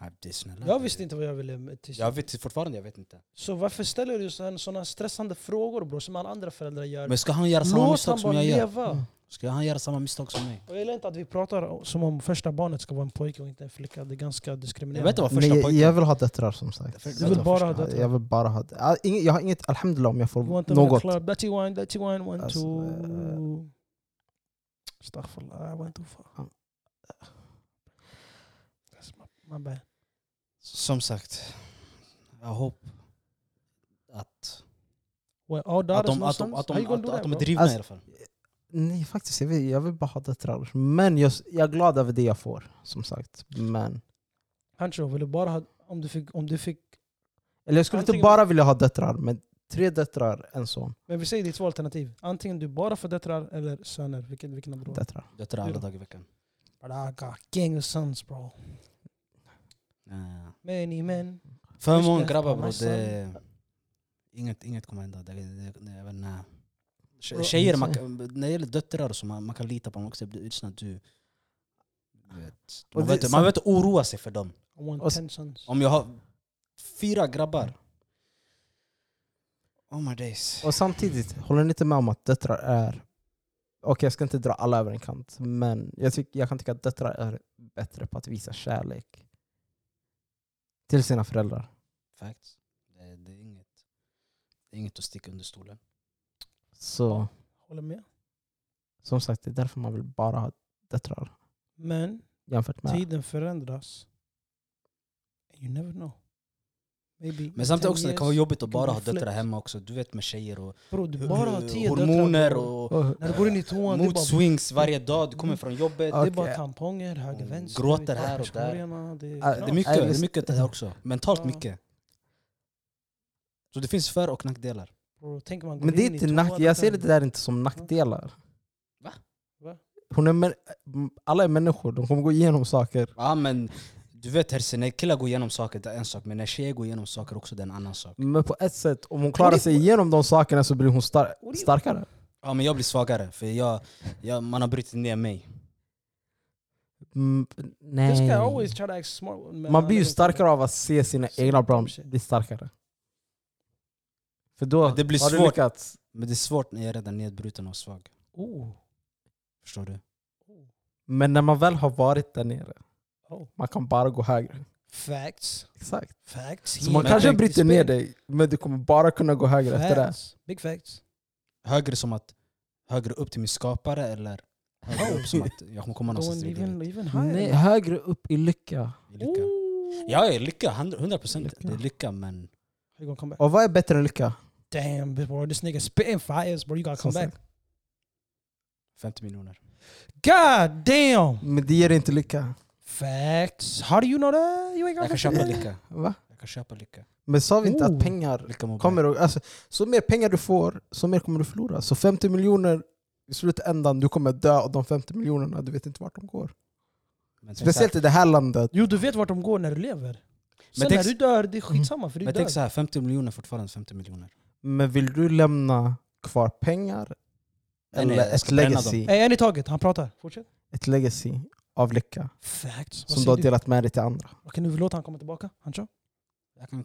A: Nej, det är snälla.
B: Jag visste inte vad jag ville med tills.
A: Jag vet fortfarande, jag vet inte.
B: Så varför ställer du sådana stressande frågor bror som alla andra föräldrar gör?
A: Men ska han göra samma
B: Låt han
A: misstag som
B: bara
A: jag gör?
B: leva.
C: Mm.
A: Ska han göra samma misstag som mig?
B: Och jag gillar inte att vi pratar som om första barnet ska vara en pojke och inte en flicka. Det är ganska
A: Jag
B: diskriminerande.
A: vet inte vad första
C: Men jag,
A: pojken...
C: jag vill ha döttrar som sagt.
A: Du vill
C: Jag
B: bara ha
C: första-
B: döttrar.
C: Jag vill bara ha döttrar. Ah, ing- Jag har inget alhamdulillah om jag får
B: You want them in the
C: något.
B: club. That you want, that you want, one,
C: Alltså,
B: two.
C: eh.
B: Astaghfirullah, I want to fuck.
C: Ja.
B: That's my, my bad.
A: Som sagt, jag hoppas att,
B: Well, all
A: att,
B: daughters
A: de,
B: no
A: att, de,
B: sons?
A: att,
B: How you
A: de,
B: gonna
A: att,
B: do
A: att
B: that,
A: de är
B: bro?
A: drivna
C: Alltså-
A: i alla fall.
C: Nej faktiskt, jag vill, jag vill bara ha döttrar. Men jag, s- jag är glad över det jag får som sagt. Men,
B: Hancho, vill du bara ha... Om du fick... Om du fick
C: eller jag skulle inte
B: Antingen-
C: bara vilja ha döttrar, men tre döttrar, en son.
B: men vi säger ditt alternativ. Antingen du bara får döttrar eller söner. Vilken, vilken är bra?
C: Döttrar.
A: Jag tror
B: Du
A: alla
B: då?
A: dagar i veckan.
B: But I got gang of sons bro.
A: Ja.
B: Many men.
A: För
B: Just
A: många
B: det,
A: Eh, grabbar
B: på
A: bror,
B: massan.
A: det... Inget, inget kommer hända. Det, det, det, jag vet inte. Tje-
B: Bro,
A: Tjejer, man,
C: så-
A: kan- när det gäller döttrar och så, man, man kan lita på dem också. Det är inte att du... du Vet,
C: Och
A: man,
C: det-
A: vet, inte- man vet inte oroa sig för dem.
B: I want
C: Och s-
B: ten sons.
A: Om jag har fyra grabbar... Oh my days.
C: Och samtidigt, håller ni inte med om att döttrar är... Okej, jag ska inte dra alla över en kant, men jag, tyck, jag kan tycka att döttrar är bättre på att visa kärlek till sina föräldrar.
A: Facts. Det, det, är inget, det är inget att sticka under stolen.
C: Så
B: Håller med.
C: som sagt, det är därför man vill bara ha döttrar
B: Men
C: jämfört med...
B: tiden förändras. And you never know. Maybe
A: Men
B: in
A: samtidigt
B: 10
A: också, det
B: years-
A: kan vara jobbigt att
B: kan
A: bara
B: vara
A: ha döttrar
B: fläkt.
A: hemma också. Du vet med tjejer och
B: Bro, du bara har
A: hur-
B: tio
A: hormoner
B: döttrar, bro.
A: och
C: Och-
B: När du går in i toan, det är
A: mot
B: bara,
A: swings varje dag. Du kommer från jobbet.
B: det är
C: Okej. Mm,
B: bara tamponger, höger,
A: Hon
B: vänster.
A: gråter
B: vi tar
A: här och där.
B: peshmorgarna, Det
C: Ah,
B: är
A: Det är
B: knas.
A: mycket,
C: Ja,
A: det är
C: just-
A: mycket det här också. Mentalt
B: Ja.
A: mycket. Så det finns för och nackdelar.
B: Bro, tänk man går
C: Men det är
B: in i
C: inte
B: toan,
C: nack, jag ser det
B: den-
C: där inte som nackdelar.
A: Va?
B: Va?
C: Hon är, män- alla är människor, de kommer gå igenom saker.
A: Ja men du vet Herse, när killar går igenom saker det är en sak, men när tjejer går igenom saker också det är en annan sak.
C: Men på ett sätt, om hon klarar
B: det-
C: sig igenom de sakerna så blir hon star-
B: det-
C: starkare.
A: Ja men jag blir svagare för jag, jag, man har brutit ner mig.
C: Mm,
B: This
C: nej.
B: guy always try to act smart. men
C: Man blir ju
B: han är-
C: starkare av att se sina
B: Så
C: egna barn
B: kanske.
C: bli starkare. För då
A: Men det blir
C: har du
A: svårt.
C: lyckats.
A: Men det är svårt när jag är redan nedbruten och svag.
B: Oh.
A: Förstår du?
C: Men när man väl har varit där nere,
B: Oh.
C: man kan bara gå högre.
B: Facts.
C: Exakt.
B: Facts.
C: Så
B: He
C: man
A: men
C: kanske
A: tänk-
C: bryter ner dig, men du kommer bara kunna gå högre efter det.
B: Facts. Big facts.
A: Högre som att högre upp till min skapare eller högre upp som att jag kommer
B: (laughs)
A: komma någonstans
B: Going
A: i livet.
B: even, even
C: Nej,
B: higher.
C: högre upp i lycka.
A: I Lycka. Ja, jag är lycka. 100% det är lycka men...
B: You gonna come back?
C: Och vad är bättre än lycka?
B: Damn, bro, this nigga spitting fires, bro. You gotta
C: Som
B: come back.
A: 50 miljoner.
B: God damn!
C: Men det ger inte lycka.
B: Facts. How do you know that? You ain't
A: Jag
B: got
A: kan
B: shit.
A: köpa lycka.
C: Va?
A: Jag kan köpa lycka.
C: Men sa vi inte
B: Oh.
C: att pengar
A: Lycka mobile.
C: kommer att... Alltså, så mer pengar du får, så mer kommer du förlora. Så 50 miljoner i slutändan, du kommer dö och de 50 miljonerna, du vet inte vart de går.
A: Men tänk så här-
C: Speciellt i det här landet.
B: Jo, du vet vart de går när du lever. Sen
A: tänk-
B: när du dör, det är
C: Mm.
B: skitsamma för du
A: Men
B: dör.
A: tänk så här, 50 miljoner är fortfarande 50 miljoner.
C: Men vill du lämna kvar pengar
A: Nej, nej,
C: eller
A: jag
C: ett,
A: ska bränna
C: legacy,
B: Ey, en i taget, han pratar. Fortsätt.
C: ett legacy av lycka
B: Facts. Vad
C: som du
B: säger
C: har
B: du?
C: delat med dig till andra?
B: Okej, nu låter han komma tillbaka. Han kör.
A: Jag kan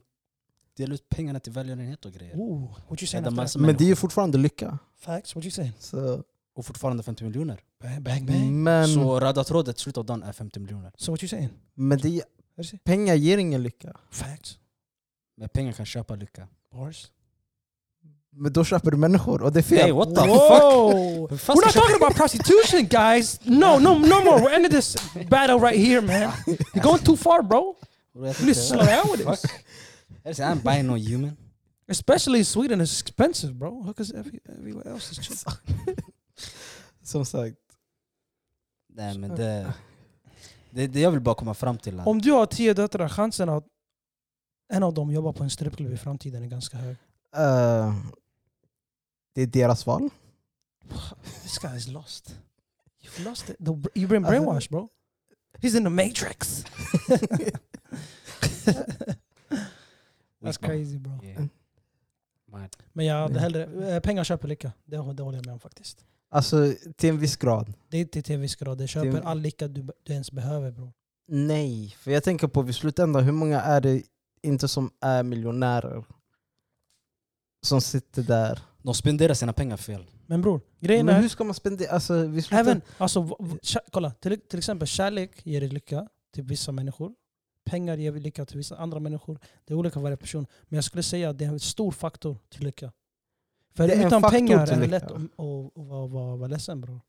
A: dela ut pengarna till välgörenhet och grejer.
B: Ooh, what you saying
A: Rädda
B: after
A: massa
B: that?
C: Men det är
A: människor.
C: ju fortfarande lycka.
B: Facts, what you saying?
C: Så
A: och fortfarande 50 miljoner.
B: Bang, bang, bang.
C: Men,
A: Så röda trådet, slutet av dagen, är 50 miljoner.
B: So what you saying?
C: men det,
B: Vad du
C: pengar ger ingen lycka.
B: Facts.
A: Men pengar kan köpa lycka.
B: Bars.
C: Men då köper du människor och det är fel.
A: Hey, what the fuck?
B: Whoa!
A: Hur fan
B: We're
A: ska
B: not
A: jag köpa-
B: talking about prostitution, guys. No, no, no more. We're ending this battle right here, man. You're going too far, bro.
A: Bro, jag
B: You need to
A: tänkte-
B: slow down with this.
A: Fuck. Jag säger, I'm buying no human.
B: Especially in Sweden, it's expensive, bro. Hookers every, everywhere else is cheap.
C: (laughs) Som sagt.
A: Nej men det... Det, det jag vill bara komma fram till. Att,
B: Om du har tio döttrar, chansen att en av dem jobbar på en strippklubb i framtiden är ganska hög.
C: eh, det är deras val.
B: This guy is lost. You've lost it. The- You've been brainwashed, bro. He's in the
A: (laughs)
B: matrix. That's crazy, bro.
A: Yeah. Mad.
B: Men jag hade hellre... eh, Pengar köper lycka. Det, hå- det håller jag med om faktiskt.
C: Alltså till en viss grad.
B: Det är inte till en viss grad. Det
C: Det
B: köper
C: är-
B: all lycka du, be- du ens behöver, bro.
C: Nej, för jag tänker på vid slutändan, hur många är det inte som är miljonärer? Som sitter där.
A: De spenderar sina pengar fel.
B: Men bror, grejen
C: Men hur
B: är...
C: ska man spendera? Alltså, vid slutändan,
B: Även, alltså, v- v- kä- kolla, till, till exempel kärlek ger dig lycka till vissa människor. Pengar ger lycka till vissa andra människor. Det är olika varje person. Men jag skulle säga att det är en stor faktor till lycka. För
C: Det är en
B: utan
C: faktor
B: pengar
C: till
B: är det
C: lycka.
B: lätt att att- att vara- vara vara ledsen bror.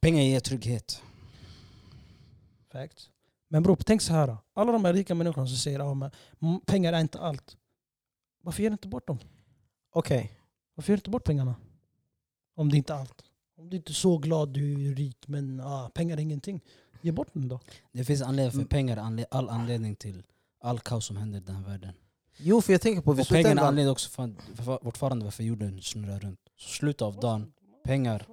A: Pengar ger trygghet.
B: Fact. Men bror, tänk så här. då. Alla de här rika människorna som säger att ah, men m- pengar är inte allt. Varför ger du inte bort dem?
C: Okej.
B: Varför ger du inte bort pengarna? Om det inte är allt. Om du inte är så glad du är rik men ah, pengar är ingenting. Ge bort dem då.
A: Det finns anledning för
C: Mm.
A: pengar, anle- all anledning till all kaos som händer i den här världen.
C: Jo, för jag tänker på vid
A: Och pengarna är
C: slutändan.
A: anledning också för, för, fortfarande varför jorden snurrar runt. Så slutet av dagen, pengar,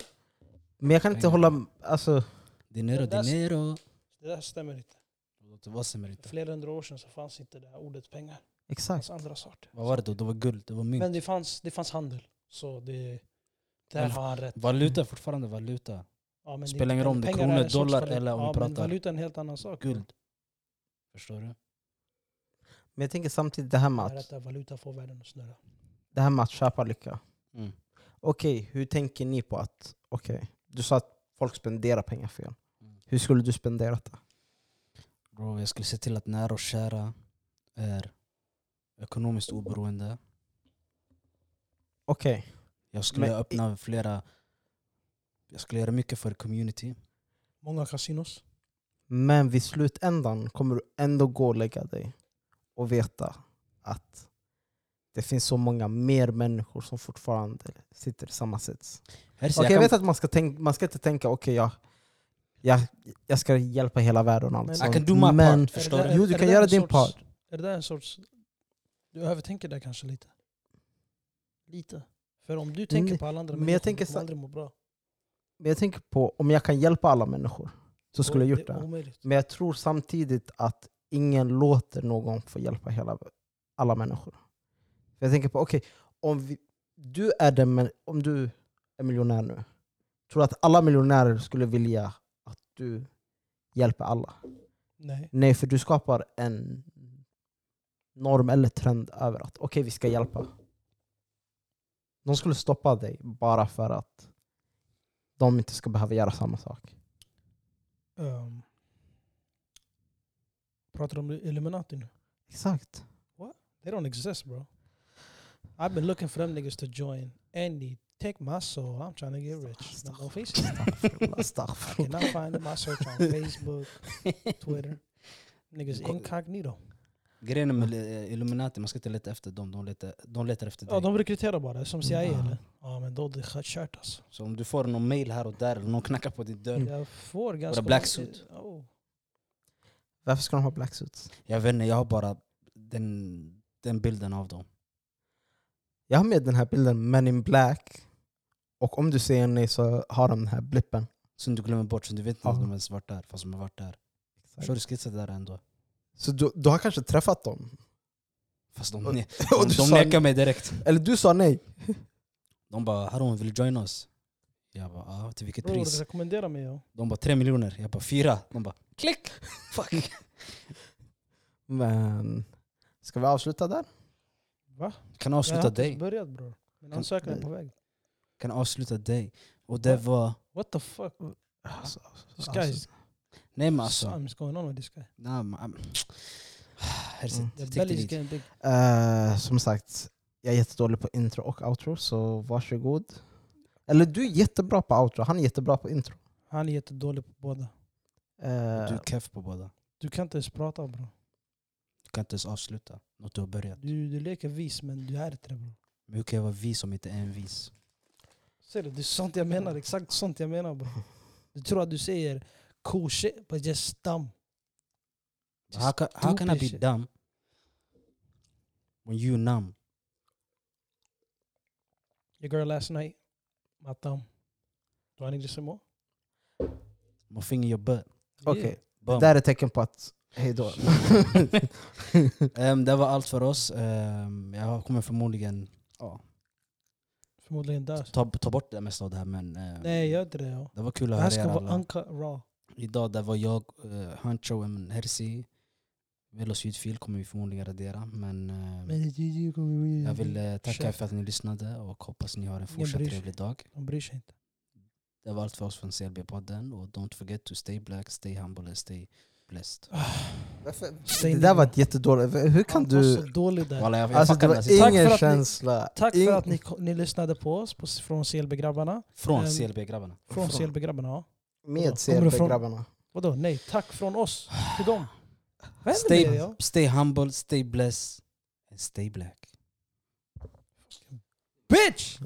C: Men jag kan inte
A: Pengarna.
C: hålla... Alltså,
A: dinero,
B: Det där-
A: dinero.
B: Det där stämmer inte.
A: Vad stämmer inte?
B: flera hundra år sedan så fanns inte det här ordet pengar. Det
C: exakt.
B: fanns andra saker.
A: Vad var det då? Det var guld, det var mynt.
B: Men det fanns, det fanns handel. Så det, där
A: Men-
B: har han rätt.
A: Valuta är fortfarande valuta.
B: Ja, men
A: spelar ingen roll om det är
B: pengar
A: kronor,
B: en sorts
A: dollar
B: valuta.
A: eller om vi
B: ja,
A: pratar
B: Men valuta är en helt annan sak.
A: Guld. Förstår du?
C: Men jag tänker samtidigt det här med
B: Det är
C: att,
B: rätt att valuta får världen att snurra.
C: det här med att köpa lycka.
A: Mm.
C: Okej, hur tänker ni på att... Okej, du sa att folk spenderar pengar fel.
A: Mm.
C: Hur skulle du spendera det?
A: Bro, jag skulle se till att nära och kära är ekonomiskt oberoende.
C: Okej,
A: Jag skulle
C: Men-
A: öppna flera... Jag skulle göra mycket för community.
B: Många kasinos.
C: men vid slutändan kommer du ändå gå och lägga dig och veta att det finns så många mer människor som fortfarande sitter i samma sits.
A: Här ser
C: Okej, jag
A: jag,
C: vet
A: kan,
C: att man ska, tänk, man ska inte tänka okej, jag, jag, jag ska hjälpa hela världen och allt
B: Men-
A: I
C: sånt.
A: can do my
C: men,
A: part. Förstår
B: Är det
A: du?
B: där-
C: Jo,
B: är
C: du
B: det
C: kan
B: där
C: göra
B: en
C: din
B: sorts-
C: part.
B: Är det där en sorts... Du övertänker det kanske lite. Lite. För om du tänker
C: Nej,
B: på alla andra
C: men jag
B: människor, jag tänker
C: tänker
B: du
C: så-
B: kommer aldrig må bra.
C: Men jag tänker på om jag kan hjälpa alla människor så skulle jag gjort
B: Det är
C: det.
B: omöjligt.
C: Men jag tror samtidigt att ingen låter någon få hjälpa hela, alla människor. För Jag tänker på, okej, om vi, du är den, men- om du är miljonär nu, tror du att alla miljonärer skulle vilja att du hjälper alla?
B: Nej.
C: Nej, för du skapar en norm eller trend över att okej, vi ska hjälpa. De skulle stoppa dig bara för att de inte ska behöva göra samma sak.
B: Um, pratar du om Illuminati nu?
C: Exakt.
B: They don't exist, bro. I've been looking for them niggas to join. Andy, take my soul. I'm trying to get rich. Now, on Facebook.
C: Astaghfirullah,
B: I
C: astaghfirullah.
B: cannot find them. I search on
C: (laughs)
B: Facebook, Twitter. Niggas
A: Ko-
B: incognito.
A: Grejen med eh, Illuminati, man ska inte leta efter dem. De letar, de letar efter dig.
B: Ja, de rekryterar bara som CIA
C: Mm.
B: eller? Ja, men då det är kört alltså.
A: Så om du får någon mail här och där, eller någon knackar på din dörr.
C: Mm.
B: Jag får ganska...
A: black
B: mycket-
A: suit.
B: Oh.
C: Varför ska de ha black suits?
A: Jag vet inte, jag har bara den, den bilden av dem.
C: Jag har med den här bilden, Men in Black. Och om du säger nej så har de den här blippen.
A: Som du glömmer bort, så du vet inte
C: Ja.
A: att de ens varit där, fast de har varit där. Förstår du? Skissa det där ändå.
C: Så du, du har kanske träffat dem?
A: Fast de,
C: Och-
A: ne-
C: (laughs) Och
A: de,
C: du
A: de
C: sa-
A: nekar mig direkt.
C: Eller du sa nej?
A: De bara “Haron, vill du joina oss?” Jag bara “Ja, till vilket
B: Bror,
A: pris?”
B: rekommendera mig. Ja.
A: De bara “Tre miljoner”. Jag bara “Fyra”. De bara “Klick!” Fuck!
C: Men ska vi avsluta där?
B: Va?
A: Kan
B: Jag har
A: avsluta
B: inte ens
A: dig.
B: börjat bror. Min ansökan är på väg.
A: Kan avsluta dig. Och det var...
B: What the fuck?
C: Alltså,
B: This guy is
A: Nej men
B: Alltså.
A: alltså.
B: Something's going on with this guy.
A: Nej, men, ah,
C: Mm.
A: mm.
B: The belly's getting big.
C: Eh, som sagt, jag är jättedålig på intro och outro, så varsågod. Eller du är jättebra på outro, han är jättebra på intro.
B: Han är jättedålig på båda.
C: Eh,
A: Du är keff på båda.
B: Du kan inte ens prata bro.
A: Du kan inte ens avsluta något du har börjat.
B: Du, du leker vis men du är inte det bro.
A: Men hur kan jag vara vis om inte är en vis?
B: Ser du? Det är sånt jag menar. Exakt sånt jag menar bro. Du tror att du säger cool shit but just dumb. Just
A: How can, how can I
B: stupid
A: be
B: shit.
A: dumb when you numb?
B: Your girl last night, my thumb. Do I need to say more?
A: My finger in your butt.
C: Okej,
A: Bum.
C: det där är tecken på att hej då.
A: Ehm, det var allt för oss. Ehm, jag kommer förmodligen ja,
B: Förmodligen där.
A: ta, ta bort det mesta av det här men ehm,
B: Nej, gör inte det. Ja.
A: det var kul
B: Det
A: att
B: här
A: höra
B: ska
A: er
B: vara
A: alla.
B: uncut raw.
A: Idag det var jag, uh, Hancho M. Hersi. Velo Sydfil kommer vi förmodligen radera men ehm,
B: Men Gigi kommer bli-
A: jag vill eh, tacka er
B: Chef.
A: för att ni lyssnade och hoppas ni har en
B: bryr
A: fortsatt
B: sig.
A: trevlig dag.
B: De bryr sig inte.
A: Det var allt för oss från CLB-podden och don't forget to stay black, stay humble and stay blessed.
C: det där var ett jättedåligt... Hur kan
B: Han var så
C: du...
B: dålig där.
A: Walla, jag, jag
C: Alltså det
A: fuckade den här
C: var
A: sista.
B: Tack för att ni-
C: ingen känsla.
B: Tack
C: Ing-
B: för att ni, ko- ni lyssnade på oss på, från CLB-grabbarna.
A: Från
B: Ehm,
A: CLB-grabbarna.
B: Från CLB-grabbarna, ja.
C: Med
B: Kommer du från-
C: CLB-grabbarna.
B: Vadå? Nej, tack från oss till dem. Vad händer med
A: Stay,
B: det? Ja?
A: stay humble, stay blessed and stay black.
B: Bitch!